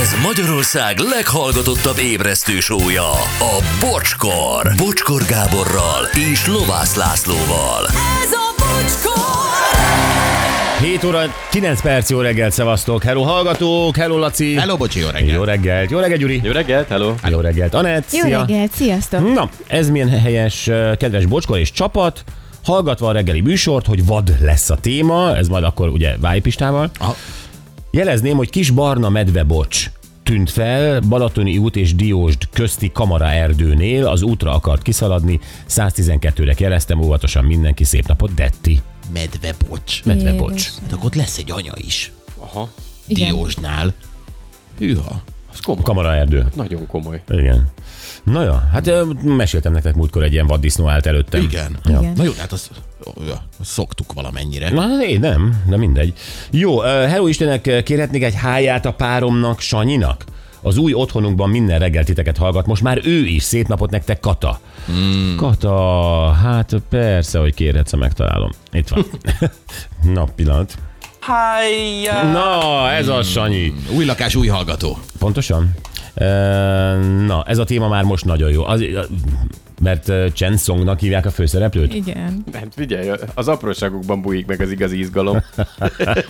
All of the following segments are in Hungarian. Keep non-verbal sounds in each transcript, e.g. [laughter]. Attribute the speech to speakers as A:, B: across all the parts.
A: Ez Magyarország leghallgatottabb ébresztő sója, a Bocskor. Bocskor Gáborral és Lovász Lászlóval.
B: Ez a bocskor!
C: 7 óra, 9 perc, jó reggelt, szevasztok. Hello hallgatók, hello Laci.
D: Hello, bocsi, jó reggel.
C: Jó reggelt, jó reggelt Gyuri.
E: Jó reggelt, hello!
C: Jó reggelt Anett.
F: Jó
C: Szia.
F: reggelt, sziasztok!
C: Na, ez milyen helyes, eh, kedves Bocskor és csapat. Hallgatva a reggeli műsort, hogy vad lesz a téma, ez majd akkor ugye Vájpistával.
D: Aha.
C: Jelezném, hogy kis barna medvebocs tűnt fel Balatoni út és Diósd közti kamara erdőnél, az útra akart kiszaladni, 112-re jeleztem óvatosan mindenki, szép napot, Detti,
D: Medve bocs.
C: medvebocs.
F: Jézus.
D: Hát akkor ott lesz egy anya is.
E: Aha,
F: Igen.
D: Diósnál. Hűha.
E: az komoly.
C: Kamara erdő.
E: Nagyon komoly.
C: Igen. Na ja, hát ö, meséltem nektek múltkor egy ilyen vaddisznó állt előttem.
D: Igen.
F: Igen.
D: Na jó, hát azt ó, ja, azt szoktuk valamennyire. Na.
C: Na, én nem, de mindegy. Jó, ö, hello Istenek, ö, kérhetnék egy háját a páromnak, Sanyinak? Az új otthonunkban minden reggel titeket hallgat, most már ő is. Szép napot nektek, Kata.
E: Hmm.
C: Mm. Kata, hát persze, hogy kérhetsz, ha megtalálom. Itt
E: [laughs]
C: van. Na, pillanat. Hájjá! Na, ez a
E: Hmm.
C: Sanyi.
D: Új lakás, új hallgató.
C: Pontosan? Ö, Na, ez a téma már most nagyon jó. Az, mert ö, Chen Songnak hívják a főszereplőt?
F: Igen.
E: Nem, Hát figyelj, az apróságokban bújik meg az igazi izgalom.
C: Hát,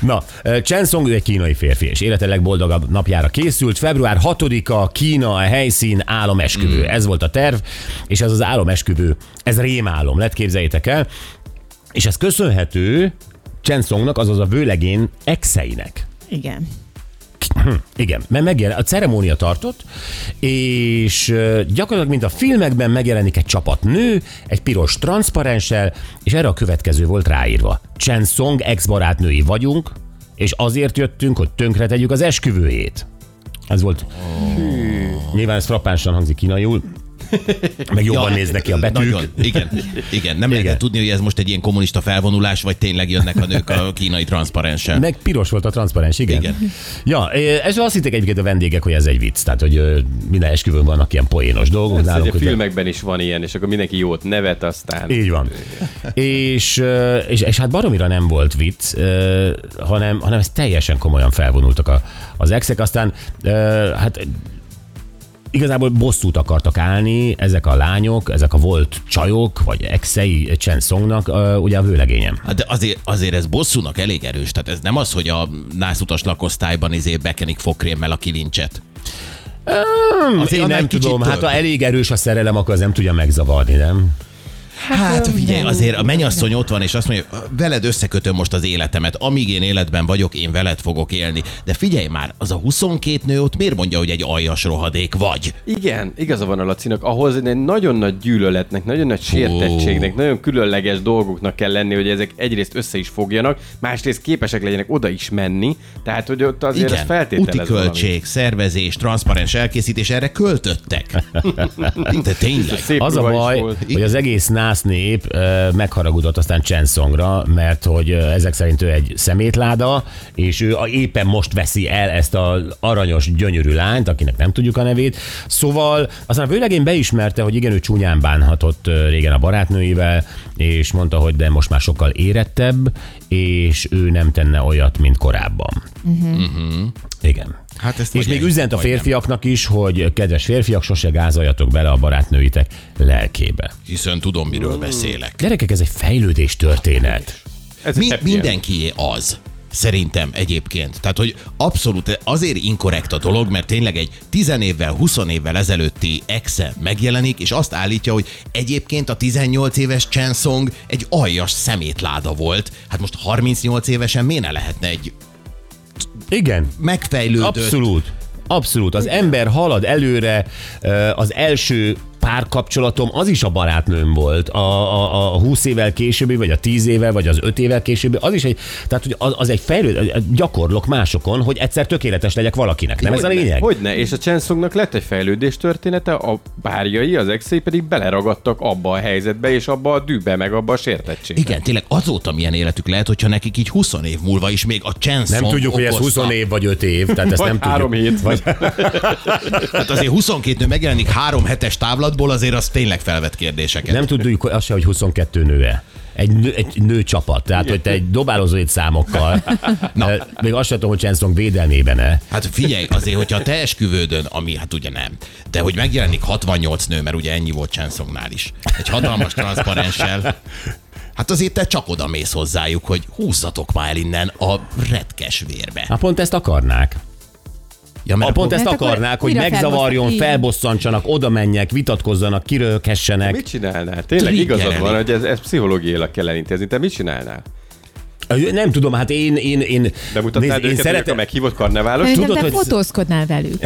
C: Na, eh, Chen Song ő egy kínai férfi, és élete legboldogabb napjára készült. Február 6-a Kína a helyszín álomesküvő. Mm. Ez volt a terv, és ez az álomesküvő, ez rémálom lett, képzeljétek el. És ez köszönhető Chen Songnak, azaz a vőlegén exeinek.
F: Igen.
C: Igen, mert megjelen, a ceremónia tartott, és ö, gyakorlatilag, mint a filmekben megjelenik egy csapat nő, egy piros transzparenssel, és erre a következő volt ráírva. Chen Song ex-barátnői vagyunk, és azért jöttünk, hogy tönkretegyük az esküvőjét. Ez volt. Nyilván ez frappánsan hangzik
D: [laughs]
C: kínaiul, meg jobban néznek ki a betűk.
D: Nagyon. Igen. Igen. Nem
C: Igen.
D: lehet tudni, hogy ez most egy ilyen kommunista felvonulás, vagy tényleg jönnek a nők a kínai transzparenssel.
C: Meg piros volt a transzparens, igen.
D: Igen.
C: Ja, eh, és azt hitték egyébként a vendégek, hogy ez egy vicc, tehát hogy ö, minden esküvőn vannak ilyen poénos dolgok.
E: Ez ugye
C: nálunk
E: a
C: ugye-
E: filmekben is van ilyen, és akkor mindenki jót nevet, aztán...
C: Így van. és, ö, és, és hát baromira nem volt vicc, ö, hanem, hanem ez teljesen komolyan felvonultak a, az exek, aztán ö, hát igazából bosszút akartak állni ezek a lányok, ezek a volt csajok, vagy exei Chen Songnak, ö, ugye a vőlegényem.
D: Hát de azért, azért ez bosszúnak elég erős. Tehát ez nem az, hogy a nászutas lakosztályban izé bekenik fogkrémmel a kilincset.
C: Azért én
D: annál
C: nem
D: kicsit
C: tudom, hát
D: több.
C: ha elég erős a szerelem, akkor az nem tudja megzavarni, nem?
D: Hát figyelj, azért a mennyasszony ott van, és azt mondja, veled összekötöm most az életemet, amíg én életben vagyok, én veled fogok élni. De figyelj már, az a 22 nő ott miért mondja, hogy egy aljas rohadék vagy?
E: Igen, igaza van a Lacinak, ahhoz egy nagyon nagy gyűlöletnek, nagyon nagy sértettségnek, nagyon különleges dolgoknak kell lenni, hogy ezek egyrészt össze is fogjanak, másrészt képesek legyenek oda is menni, tehát hogy ott azért ez
D: Igen, úti
E: feltételez
D: költség,
E: valamit.
D: szervezés, transzparens elkészítés, erre
E: [laughs]
D: költöttek. De tényleg.
E: Szép
C: Az a
E: ruha is
C: baj,
E: volt.
C: hogy az egész nász nép ö, megharagudott aztán Csenszongra, mert hogy ö, ezek szerint ő egy szemétláda, és ő a, éppen most veszi el ezt az aranyos, gyönyörű lányt, akinek nem tudjuk a nevét. Szóval aztán a vőlegény beismerte, hogy igen, ő csúnyán bánhatott ö, régen a barátnőivel, és mondta, hogy de most már sokkal érettebb, és ő nem tenne olyat, mint korábban. Uh-huh.
E: Mhm.
C: Igen.
D: Hát ezt
C: És
D: vagy
C: még
D: el-
C: üzent a
D: vagy nem.
C: férfiaknak is, hogy kedves férfiak, sose gázoljatok bele a barátnőitek lelkébe.
D: Hiszen tudom, miről beszélek.
C: Gyerekek, ez egy fejlődés történet.
E: Ez
D: Mi,
E: egy happy end.
D: mindenkié az. Szerintem egyébként. Tehát, hogy abszolút azért inkorrekt a dolog, mert tényleg egy 10 évvel, 20 évvel ezelőtti exe megjelenik, és azt állítja, hogy egyébként a 18 éves Chen Song egy aljas szemétláda volt. Hát most 38 évesen miért ne lehetne egy
C: Igen,
D: megfejlődött...
C: abszolút. Abszolút. Az ember halad előre, ö, az első párkapcsolatom az is a barátnőm volt, a, a, a 20 évvel későbbi, vagy a 10 évvel, vagy az 5 évvel későbbi, az is egy, tehát hogy az, az egy fejlődő, gyakorlok másokon, hogy egyszer tökéletes legyek valakinek, nem ez a
E: Hogyne,
C: lényeg?
E: Hogyne, és a Csenszongnak lett egy fejlődés története, a párjai, az exei pedig beleragadtak abba a helyzetbe, és abba a dűbe, meg abba a sértettségbe.
D: Igen, tényleg azóta milyen életük lehet, hogyha nekik így 20 év múlva is még a Chen
C: Nem
D: Song
C: tudjuk, hogy ez
D: okozta.
C: 20 év vagy 5 év, tehát ezt
E: Vagy
C: nem
E: három
C: tudjuk.
E: hét.
C: Vagy,
D: Hát azért 22 nő megjelenik három hetes távlatból, azért az tényleg felvet kérdéseket.
C: Nem tudjuk azt se, hogy 22 nő-e. egy, nő, egy nőcsapat, tehát hogy te egy dobálozó egy számokkal, Na. még azt sem tudom, hogy Chansong védelmében-e.
D: Hát figyelj, azért, hogyha a te esküvődön, ami hát ugye nem, de hogy megjelenik 68 nő, mert ugye ennyi volt Csenszongnál is, egy hatalmas transzparenssel, Hát azért te csak oda mész hozzájuk, hogy húzzatok már el innen a retkes vérbe.
C: Hát pont ezt akarnák.
D: Ja,
C: A pont ezt
F: Mert Hát akkor
C: akarnák, hogy
F: újra
C: megzavarjon,
F: felbosszant- így.
C: felbosszantsanak, oda menjek, vitatkozzanak, kirölkessenek.
E: Mit csinálnál? Tényleg igazad van, hogy ez, ez pszichológiailag kell elintézni. Te mit csinálnál?
C: Ö, Nem tudom, hát én... én, én
E: Bemutatnád
C: nézd,
E: őket,
C: én
E: hogy a
C: szeretem,
E: meghívott karneválos?
F: Szerintem
C: tudod,
F: te
C: hogy-
F: fotózkodnál velük.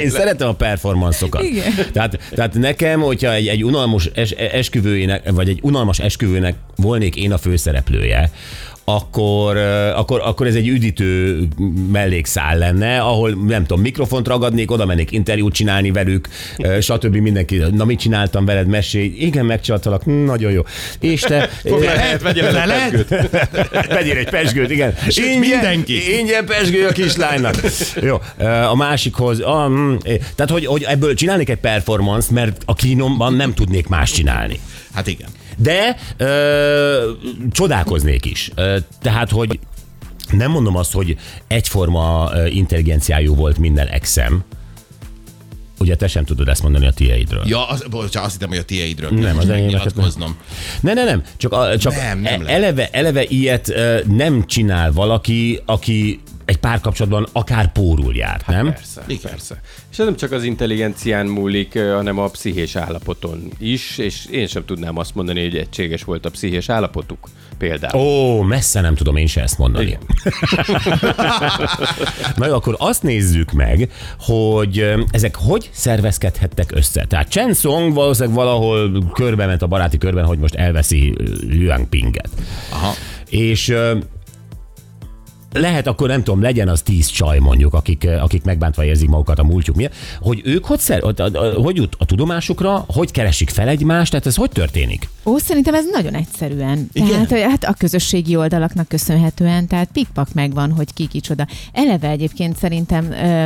C: én szeretem a performanszokat.
F: Igen.
C: Tehát, tehát nekem, hogyha egy, egy unalmas es, esküvőjének, vagy egy unalmas esküvőnek volnék én a főszereplője, akkor, ö, akkor, akkor ez egy üdítő mellékszál lenne, ahol nem tudom, mikrofont ragadnék, oda mennék interjút csinálni velük, ö, stb. mindenki, na mit csináltam veled, mesélj, igen, megcsaltalak, nagyon jó. És te...
E: Lehet, vegyél el a pezgőt.
C: Vegyél egy pesgőt, igen. Ingyen,
D: mindenki.
C: Ingyen pesgő a kislánynak. Jó, a másikhoz. A, mm, tehát, hogy, hogy ebből csinálnék egy performance, mert a kínomban nem tudnék más csinálni.
D: Hát igen.
C: De ö, csodálkoznék is. Ö, tehát, hogy nem mondom azt, hogy egyforma ö, intelligenciájú volt minden exem. Ugye te sem tudod ezt mondani a tieidről.
D: Ja, az, bocsánat, azt hittem, hogy a tieidről
C: az
D: nem, az
C: enyémeket
D: megnyilatkoznom.
C: Ne, ne, nem, csak, a, csak
D: Nem, nem
C: e-
D: lehet.
C: eleve, eleve ilyet ö, nem csinál valaki, aki egy párkapcsolatban akár pórul járt,
D: Hát
C: nem?
E: Persze,
D: Igen.
E: persze. És ez nem csak az intelligencián múlik, ö, hanem a pszichés állapoton is, és én sem tudnám azt mondani, hogy egységes volt a pszichés állapotuk például.
C: Ó, messze nem tudom én se ezt mondani.
E: Igen.
C: [laughs] Na jó, akkor azt nézzük meg, hogy ö, ezek hogy szervezkedhettek össze. Tehát Chen Song valószínűleg valahol körbe ment a baráti körben, hogy most elveszi ö, Luang Pinget.
D: Aha.
C: És ö, lehet akkor, nem tudom, legyen az tíz csaj mondjuk, akik, ö, akik megbántva érzik magukat a múltjuk miatt, hogy ők hogy, szer, hogy, hogy jut a tudomásukra, hogy keresik fel egymást, tehát ez hogy történik?
F: Ó, szerintem ez nagyon egyszerűen. Tehát, hogy hát a közösségi oldalaknak köszönhetően, tehát pikpak megvan, hogy ki kicsoda. Eleve egyébként szerintem ö,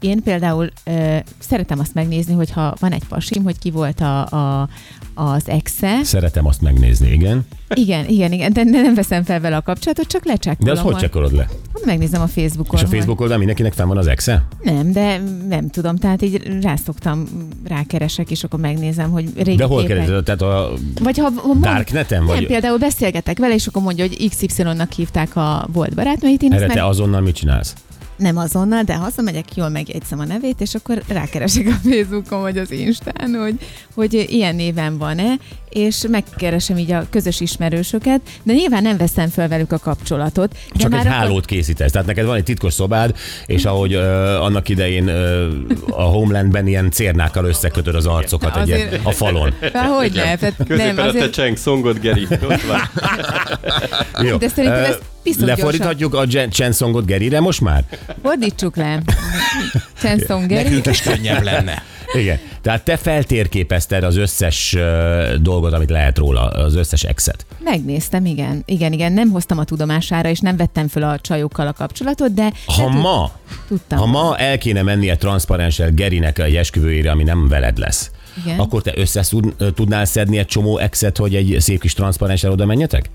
F: én például ö, szeretem azt megnézni, hogyha van egy pasim, hogy ki volt a, a, az exe.
C: Szeretem azt megnézni, igen.
F: Igen, igen, igen, de nem veszem fel vele a kapcsolatot, csak
C: De
F: lecsekkolom.
C: az hogy
F: majd.
C: csekkolod le?
F: Megnézem a Facebookon.
C: És a
F: hogy-
C: Facebook oldalon mindenkinek fenn van az exe?
F: Nem, de nem tudom, tehát így rászoktam, rákeresek, és akkor megnézem, hogy régi
C: De hol
F: képek.
C: keresed? Tehát a
F: Vagy ha, ha mond-
C: Darkneten?
F: Nem,
C: Vagy
F: például beszélgetek vele, és akkor mondja, hogy XY-nak hívták a volt barátnőit, én
C: erre
F: ezt meg
C: te azonnal mit csinálsz?
F: nem azonnal, de hazamegyek, jól megjegyzem a nevét, és akkor rákeresek a Facebookon vagy az Instán, hogy, hogy ilyen néven van-e, és megkeresem így a közös ismerősöket, de nyilván nem veszem föl velük a kapcsolatot. De
C: Csak
F: már
C: egy
F: akkor-
C: hálót készítesz. Tehát neked van egy titkos szobád, és ahogy ö, annak idején ö, a Homelandben ilyen cérnákkal összekötöd az arcokat egy ilyen,
F: Azért-
C: a falon.
F: Há, hogy ne, tehát nem,
E: Középen a te
F: azért,
E: Cseng Songot, Geri. Ott van.
C: Jó.
F: De szerintem
C: Ö,
F: ez piszok
C: Lefordíthatjuk a Jen- Chansongot Gerire most már?
F: fordítsuk le. Csenszong Geri.
D: Nekünk is könnyebb lenne.
C: Igen. Tehát te feltérképezted az összes ö, dolgot, amit lehet róla, az összes exet.
F: Megnéztem, igen. Igen, igen, nem hoztam a tudomására, és nem vettem föl a csajokkal a kapcsolatot, de
C: Ha
F: de tud-
C: ma,
F: tudtam.
C: ha ma el kéne mennie transzparenssel Gerinek egy esküvőjére, ami nem veled lesz,
F: Igen.
C: akkor te össze tudnál szedni egy csomó exet, hogy egy szép kis transzparenssel oda menjetek?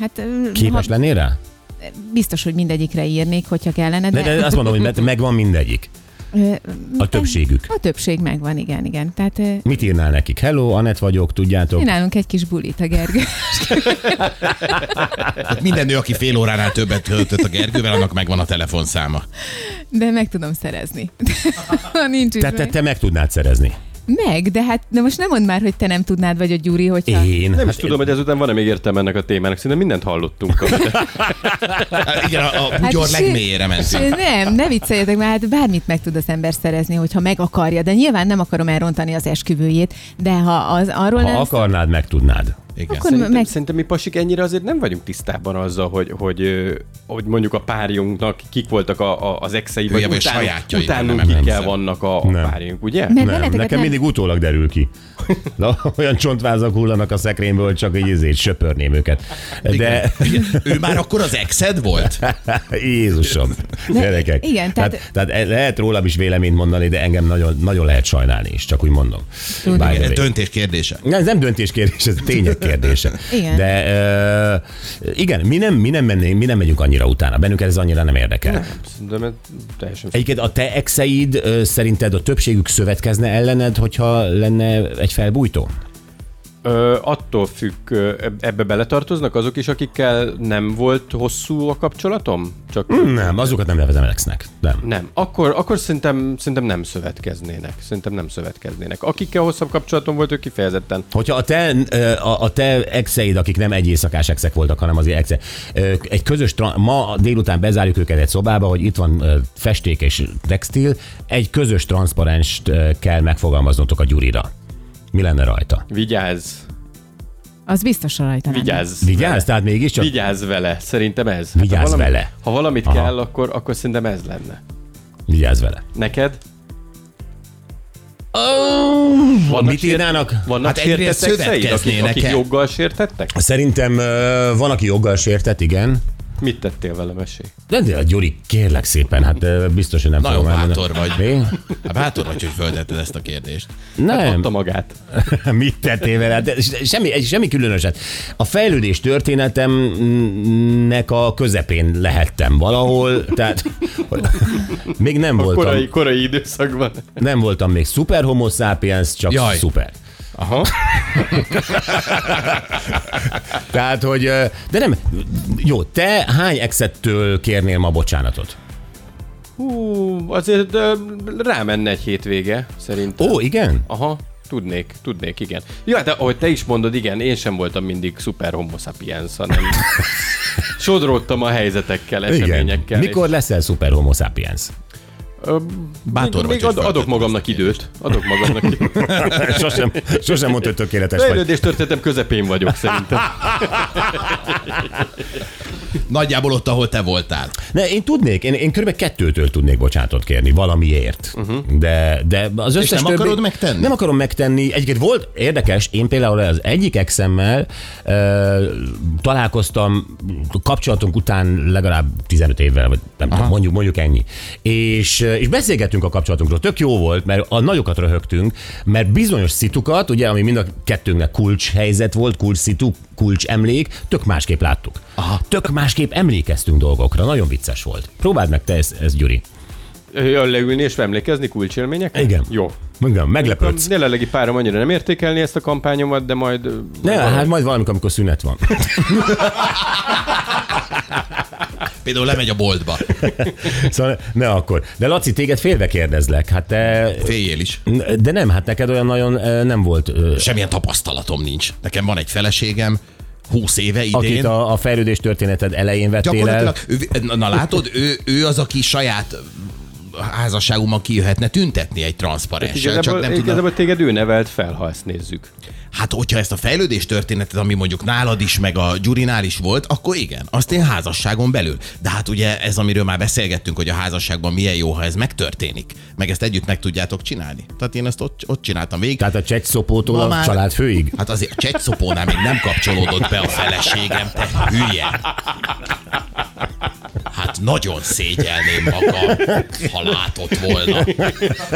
F: hát, ö,
C: Képes
F: ha-
C: lennél rá?
F: biztos, hogy mindegyikre írnék, hogyha kellene,
C: De,
F: de...
C: de azt mondom, hogy mert megvan mindegyik.
F: Ö,
C: A többségük.
F: A többség megvan, igen, igen. Tehát ö,
C: Mit írnál nekik? Hello, Anett vagyok, tudjátok.
F: csinálunk egy kis bulit a Gergő.
D: Hát minden nő, aki fél óránál többet töltött a Gergővel, annak megvan a telefonszáma.
F: De meg tudom szerezni. [laughs] Ha Nincs is
C: Te, te,
F: meg.
C: te meg tudnád szerezni.
F: meg, de hát de most nem mondd már, hogy te nem tudnád, vagy a Gyuri, hogyha...
C: Én?
E: Nem
C: [laughs]
E: is
C: hát,
E: tudom, hogy ezután van-e még értelme ennek a témának. Szerintem mindent hallottunk. amit-
D: Hát igen, a, a bugyor
F: és-
D: legmélyére mentünk.
F: [laughs] Nem, ne vicceljetek, mert hát bármit meg tud az ember szerezni, hogyha meg akarja, de nyilván nem akarom elrontani az esküvőjét, de ha az arról
C: Hát, ha
F: nem...
C: akarnád, meg tudnád.
D: Igen.
F: Akkor
E: Szerintem,
F: meg...
E: meg... szerintem mi pasik ennyire azért nem vagyunk tisztában azzal, hogy, hogy, ö, hogy mondjuk a párjunknak kik voltak a, a, az exei, vagy
D: Hülye vagy,
E: utánunk,
D: sajátjai
E: utánunk
D: vannak, nem
E: kikkel
D: hiszem.
E: vannak a, a
C: Nem.
E: párjunk, ugye?
F: Mert
C: Nem,
F: veleteket
C: nekem
F: nem-
C: mindig utólag derül ki. [laughs] Na, olyan csontvázak hullanak a szekrényből, hogy csak így izét söpörném őket. De,
D: Igen. Ő már akkor az exed volt?
C: [laughs] Jézusom, gyerekek.
F: igen,
C: tehát...
F: tehát-
C: Tehát, tehát lehet rólam is véleményt mondani, de engem nagyon, nagyon lehet sajnálni is, csak úgy mondom. By the way.
D: Döntés kérdése.
C: Nem, Ez nem döntéskérdés, ez tények kérdése.
F: Igen.
C: De ö, igen, mi nem, mi, nem mennénk, mi nem megyünk annyira utána. Bennünket ez annyira nem érdekel. Nem.
E: Szerintem ez teljesen
C: Egyébként a te exeid ö, szerinted a többségük szövetkezne ellened, hogyha lenne egy felbújtó?
E: Ö, attól függ, ö, eb- ebbe beletartoznak azok is, akikkel nem volt hosszú a kapcsolatom? Csak
C: Nem, azokat nem nevezem exnek. Nem.
E: nem. Akkor, akkor szerintem, szerintem nem szövetkeznének. Szerintem nem szövetkeznének. Akikkel hosszabb kapcsolatom volt, ők kifejezetten.
C: Hogyha a te, ö, a, a te exeid, akik nem egy éjszakás exek voltak, hanem az exek, ö, egy közös, tra- ma délután bezárjuk őket egy szobába, hogy itt van ö, festék és textil, egy közös transzparenst ö, kell megfogalmaznotok a Gyurira. Mi lenne rajta?
E: Vigyázz,
F: Az biztos rajta lenne.
E: vigyázz.
C: Vigyázz, tehát mégiscsak
E: Vigyázz vele, szerintem ez. Hát,
C: Vigyázz
E: ha valami,
C: vele.
E: Ha valamit
C: Aha.
E: Aha. kell, akkor, akkor szerintem ez lenne.
C: vigyázz vele.
E: Neked?
C: Van
E: Vannak
C: mit írnának?
E: Vannak
D: Hát
E: hát
D: egyrészt
E: sértettek szerint, akik,
D: szövetkeznének
E: akik
D: el.
E: joggal sértettek?
C: Szerintem ö, van, aki joggal sértett, igen.
E: Mit tettél vele, mesélj?
C: De, de Gyuri, kérlek szépen, hát ö, biztos, hogy Szóval nem
D: Nagyon
C: fogom
D: bátor
C: elmondani.
D: vagy.
C: Mi?
D: Hát bátor vagy, hogy föltetted ezt a kérdést.
C: Nem,
E: Adta magát.
C: [laughs] mit tettél vele? De semmi, egy- semmi különöset. A fejlődés történetemnek a közepén lehettem valahol, tehát [laughs] még nem voltam,
E: Korai, korai időszakban.
C: nem voltam még szuper homo sapiens, csak Jaj.
D: Jaj.
C: szuper.
E: Aha.
C: Tehát, hogy, ö, de nem, jó, te hány exettől kérnél ma bocsánatot?
E: Hú, azért ö, rámenne egy hétvége, szerintem.
C: Ó, igen?
E: Aha, tudnék, tudnék, igen. Ja, de ahogy te is mondod, igen, én sem voltam mindig szuper homo sapiens, hanem
C: [laughs]
E: sodródtam a helyzetekkel,
C: Igen.
E: eseményekkel.
C: Mikor leszel szuper homo
E: [laughs]
C: sapiens?
D: Bátor
E: még,
D: vagy, hogy
E: még ad, adok
D: föltetted
E: magamnak
D: ezt a kérdést.
E: időt. Adok magamnak
C: [laughs]
E: időt.
C: Sosem, sosem mondta, hogy tökéletes vagy.
E: Fejlődés történetem közepén vagyok
C: [laughs]
E: szerintem.
D: Nagyjából ott, ahol te voltál.
C: Ne, én tudnék, én, én kb. kettőtől tudnék bocsánatot kérni, valamiért. Uh-huh. De, de az összes
D: Mhm. nem
C: többi-
D: akarod megtenni?
C: Nem akarom megtenni. Egyébként volt érdekes, én például az egyik exemmel ö, találkoztam kapcsolatunk után legalább 15 évvel, vagy nem tudom, mondjuk, mondjuk ennyi. És, ö, és beszélgettünk a kapcsolatunkról. Tök jó volt, mert a nagyokat röhögtünk, mert bizonyos szitukat, ugye, ami mind a kettőnknek kulcs helyzet volt, kulcs szitu, kulcs emlék, tök másképp láttuk. Aha. Tök másképp emlékeztünk dolgokra. Nagyon vicces volt. Próbáld meg te ezt, ezt Gyuri.
E: Jön leülni és emlékezni kulcsélményekre?
C: Igen.
E: Jó.
C: Mondom,
E: A
C: meglepődsz.
E: jelenlegi párom annyira nem értékelni ezt a kampányomat, de majd... ö,
C: Ne,
E: valahogy-
C: hát majd valamikor, amikor szünet van.
D: Például lemegy a boltba.
C: Szóval ne akkor. De Laci, téged félve kérdezlek. Hát te...
D: Féljél is.
C: De nem, hát neked olyan nagyon ö, nem volt, ö,
D: Semmilyen tapasztalatom nincs. Nekem van egy feleségem, 20 éve idén.
C: akit a, a fejlődés történeted elején vettél el.
D: Gyakorlatilag, ő, na, na látod, ő, ő az, aki saját házasságunkban kijöhetne tüntetni egy transzparenssel, csak
E: Igazából,
D: nem tudom.
E: igazából téged ő nevelt fel, ha ezt
C: [laughs]
E: nézzük.
D: Hát, hogyha ezt a fejlődés történetet, ami mondjuk nálad is, meg a Gyurinál is volt, akkor igen, azt én házasságon belül. De hát ugye ez, amiről már beszélgettünk, hogy a házasságban milyen jó, ha ez megtörténik, meg ezt együtt meg tudjátok csinálni. Tehát én ezt ott, ott csináltam végig.
C: Tehát a csecsszopótól
D: Ma
C: a
D: már-
C: családfőig.
D: Hát azért a csecsopónál még nem kapcsolódott be a feleségem, te hülye. Hát nagyon szégyelném magam, ha látott volna.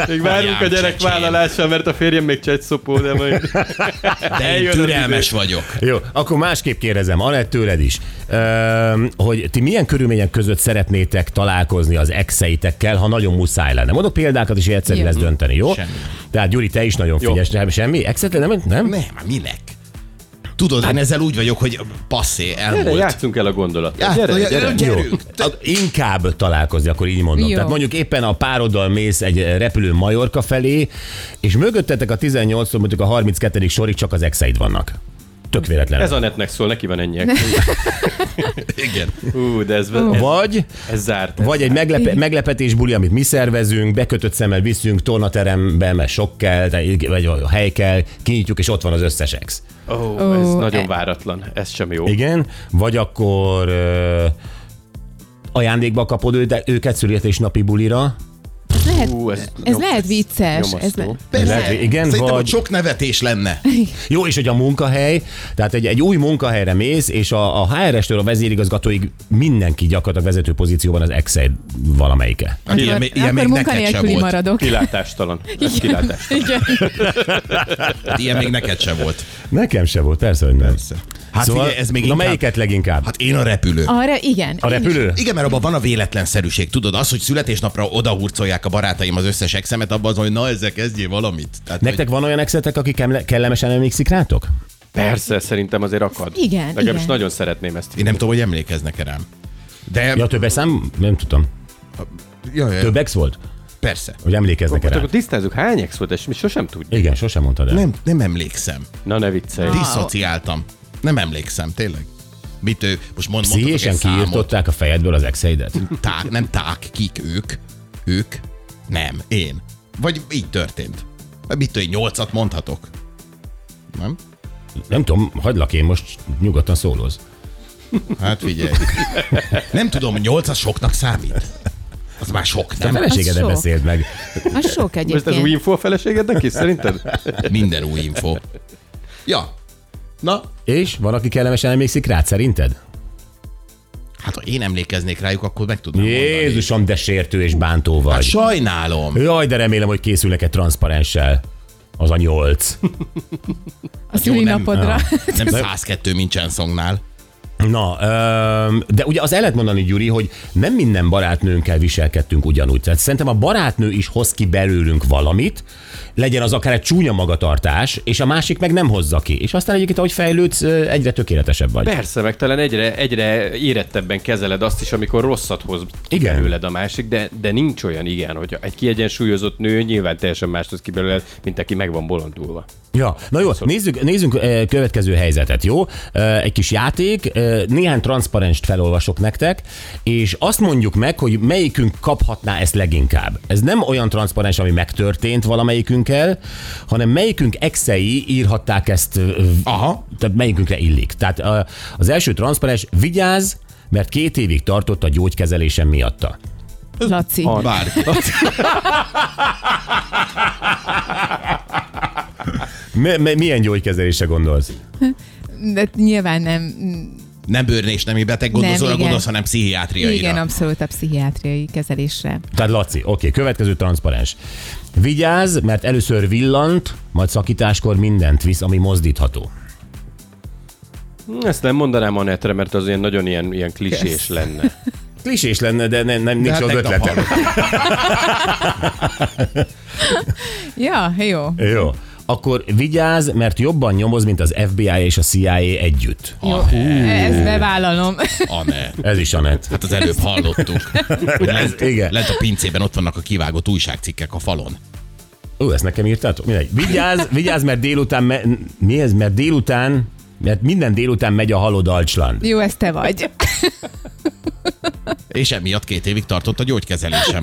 E: Még várunk a
D: Anyám
E: gyerek
D: csecsém.
E: vállalásra, mert a férjem még csecsopó, de majd...
D: De én
E: Eljön az
D: türelmes vagyok.
C: Jó, akkor másképp kérdezem, Anett tőled is, Öm, hogy ti milyen körülmények között szeretnétek találkozni az exeitekkel, ha nagyon muszáj lenne. Mondok példákat, és így egyszerű
F: Jó.
C: lesz dönteni, jó?
D: Semmi.
C: Tehát Gyuri, te is nagyon
E: Jó.
C: figyelsz, nem, semmi? Exet nem? Nem?
D: Nem, hát minek? Tudod, én ezzel úgy vagyok, hogy passzé,
E: Gyere,
D: elmúlt.
E: játszunk el a gondolat.
D: Játsz-
E: Gyere, Szóval, gyere.
C: Jó.
D: Hát, gyerünk.
C: A- Inkább találkozni, akkor így mondom.
F: Jó.
C: Tehát mondjuk éppen a pároddal mész egy repülő Majorka felé, és mögöttetek a 18-tól mondjuk a 32. sorig csak az exeid vannak. Tök véletlen.
E: Ez a netnek szól, neki van ennyi.
D: [laughs] Igen.
E: Ú, de ez, ez,
C: Vagy
E: ez zárt.
C: Vagy egy meglepe- meglepetés buli, amit mi szervezünk, bekötött szemmel viszünk tornaterembe, mert sok kell, de- vagy a hely kell, kinyitjuk, és ott van az összes ex.
E: Ó, oh, ez
F: Ó,
E: nagyon
F: e-
E: váratlan. Ez sem jó.
C: Igen, vagy akkor ö, ajándékba kapod ő, de őket születésnapi bulira,
F: Ez lehet,
E: Ú, ez
F: ez,
E: nyomasztó.
F: lehet vicces. Ez le,
E: Nyomasztó.
D: Persze.
C: Lehet, hogy igen,
D: Szerintem
C: vagy...
D: ott sok nevetés lenne.
C: Jó, és hogy a munkahely, tehát egy, egy új munkahelyre mész, és a, a HR-estől a vezérigazgatóig mindenki gyakorlatilag vezető pozícióban az Excel valamelyike.
D: Hát ilyen,
F: akkor,
D: még- ilyen még
F: akkor
D: neked sem
F: munkanélküli
D: volt.
F: maradok. [laughs]
E: Kilátástalan. Ez kilátás.
F: Igen.
D: Hát ilyen még neked sem volt.
C: Nekem se volt, persze, hogy nem.
D: Persze. Hát szóval, figyelj, ez még
C: na
D: inkább...
C: melyiket leginkább?
D: Hát én a repülő.
F: Arra igen.
C: a
F: én is.
C: repülő?
D: Igen, mert abban van a véletlenszerűség. Tudod, az, hogy születésnapra odahurcolják a barátaim az összes exemet, abban az, hogy na ezzel kezdjél valamit. Tehát, hogy-
C: Nektek van olyan exetek, akik kemle- kellemesen emlékszik rátok?
E: Persze, szerintem azért akad.
F: Igen,
E: Legalábbis
F: igen.
E: nagyon szeretném ezt.
D: Én nem tudom, hogy emlékeznek-e rám. De...
C: Ja, többes szám? Nem tudtam.
D: ja, ja,
C: Több ex volt?
D: Persze.
C: Hogy emlékeznek
E: Hát
C: rá?
E: akkor tisztázzuk, hány ex volt, és mi sosem tudjuk.
C: Igen, sosem mondtad el.
D: Nem, nem emlékszem.
E: Na ne viccelj.
F: Ah.
D: Diszociáltam. Nem emlékszem, tényleg. Mit ő, most mond, mondhatok egy
C: Pszichésen
D: számot.
C: kiirtották a fejedből az exeidet?
D: Ták, nem ták, kik, ők. Ők. Nem, én. Vagy így történt. Mit tudom, nyolcat mondhatok? Nem?
C: Nem tudom, hagylak én most nyugodtan szólóz.
D: Hát figyelj. Nem tudom, nyolc az soknak számít. Az már sok,
C: A
D: nem? Hát
C: feleségedre
F: sok.
C: beszéld meg.
F: Az sok
E: Most ez
F: egyébként.
E: új info a feleségednek is, szerinted?
D: [laughs] Minden új info. Ja. Na,
C: És van, aki kellemesen emlékszik rád, szerinted?
D: hát ha én emlékeznék rájuk, akkor meg tudnám mondani.
C: Jézusom, de sértő és bántó
D: Hát
C: vagy.
D: sajnálom.
C: Jaj, de remélem, hogy készülnek egy transzparenssel. Az a nyolc.
F: a
D: Jó, nem-
F: szülinapodra.
D: Nem 102 Mincsen szongnál.
C: Na, öm, de ugye az el lehet mondani, Gyuri, hogy nem minden barátnőnkkel viselkedtünk ugyanúgy. Tehát szerintem a barátnő is hoz ki belőlünk valamit, legyen az akár egy csúnya magatartás, és a másik meg nem hozza ki. És aztán egyébként, ahogy fejlődsz, ö, egyre tökéletesebb vagy.
E: Persze, meg talán egyre, egyre érettebben kezeled azt is, amikor rosszat hoz ki
C: Igen.
E: belőled a másik, de, de nincs olyan igen, hogy egy kiegyensúlyozott nő nyilván teljesen mást hoz ki belőled, mint aki meg van bolondulva.
C: Ja, na jó, nézzük, nézzünk eh, következő helyzetet, jó? Eh, Egy kis játék, eh, néhány transzparenst felolvasok nektek, és azt mondjuk meg, hogy melyikünk kaphatná ezt leginkább. Ez nem olyan transzparens, ami megtörtént valamelyikünkkel, hanem melyikünk exei írhatták ezt, eh,
D: Aha.
C: tehát melyikünkre illik. Tehát eh, az első transzparens, vigyázz, mert két évig tartott a gyógykezelésem miatta.
F: [laughs] Laci.
D: Bár.
C: Mi- mi- Milyen gyógykezelésre gondolsz?
F: De nyilván nem.
D: Nem bőrne és nemi beteg gondozóra
F: Nem, igen.
D: gondolsz, hanem pszichiátriaira.
F: Igen, abszolút a pszichiátriai kezelésre.
C: Tehát Laci, oké, következő transzparens. Vigyázz, mert először villant, majd szakításkor mindent visz, ami mozdítható.
E: Hm, Ezt nem mondanám Anettre, mert az ilyen nagyon ilyen, ilyen klisés
F: Kösz.
E: lenne.
C: Klisés lenne, de nem, nem nincs
D: De hát
C: az
D: tegnap
C: ötletem.
D: hallottam.
F: Ja, jó.
C: Jó. Akkor vigyázz, mert jobban nyomoz, mint az FBI és a CIA együtt.
F: jó. Ezt bevállalom. [laughs]
D: Ah, ne.
C: Ez is Anett.
D: Hát az előbb hallottuk. Lent,
C: igen.
D: lent a pincében ott vannak a kivágott újságcikkek a falon.
C: Ó, ezt nekem írtátok? Mindegy. Vigyázz, vigyázz, mert délután... Me... Mi ez? Mert délután... Mert minden délután megy a halodalcslan.
F: Jó, ez te vagy.
D: És emiatt két évig tartott a gyógykezelésem.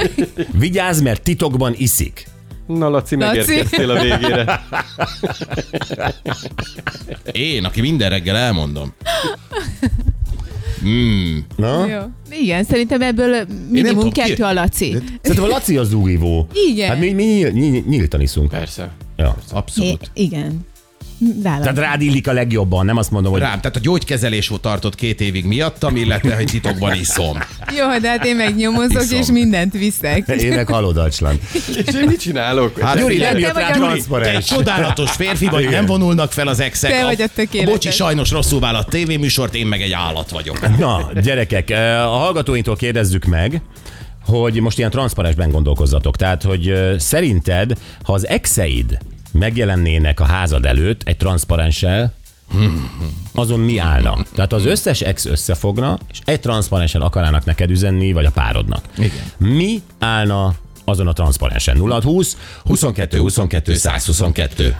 C: Vigyázz, mert titokban iszik.
E: Na
F: Laci.
E: Laci, megérkeztél a végére.
D: Én, aki minden reggel elmondom.
C: Na?
F: Jó. Igen, szerintem ebből minimum
D: tudom, ki-
F: kettő a Laci.
C: Szerintem a Laci az dugivó.
F: Igen.
C: Hát mi, mi nyíl, nyíl, nyíltan iszunk.
E: Persze.
C: Ja.
F: I-
D: Abszolút.
F: igen. Vállalom.
C: Tehát rád illik a legjobban, nem azt mondom, hogy...
D: Rám, tehát a gyógykezelés volt tartott két évig miattam, illetve, hogy titokban iszom.
F: Jó, de hát én megnyomozok,
D: Iszom.
F: és mindent viszek.
C: Én meg halodalcslan.
E: És én mit csinálok?
D: Hát,
C: [laughs] Gyuri,
D: figyelj,
C: nem jött
F: te
C: rá
F: vagy a-
D: Te egy
C: transzparens.
D: csodálatos férfi vagy, nem vonulnak fel az exek.
F: Te vagy a tökéletes.
D: Bocsi, sajnos rosszul vállalt tévéműsort, én meg egy állat vagyok.
C: Na, gyerekek, eh, a hallgatóinktól kérdezzük meg, hogy most ilyen transzparensben gondolkozzatok. Tehát, hogy eh, szerinted, ha az exeid megjelennének a házad előtt egy transzparenssel, Hmm. azon mi állna? Tehát az összes ex összefogna, és egy transzparensen akarnának neked üzenni, vagy a párodnak. Igen. Mi állna azon a transzparensen? 0 20 22 22 122.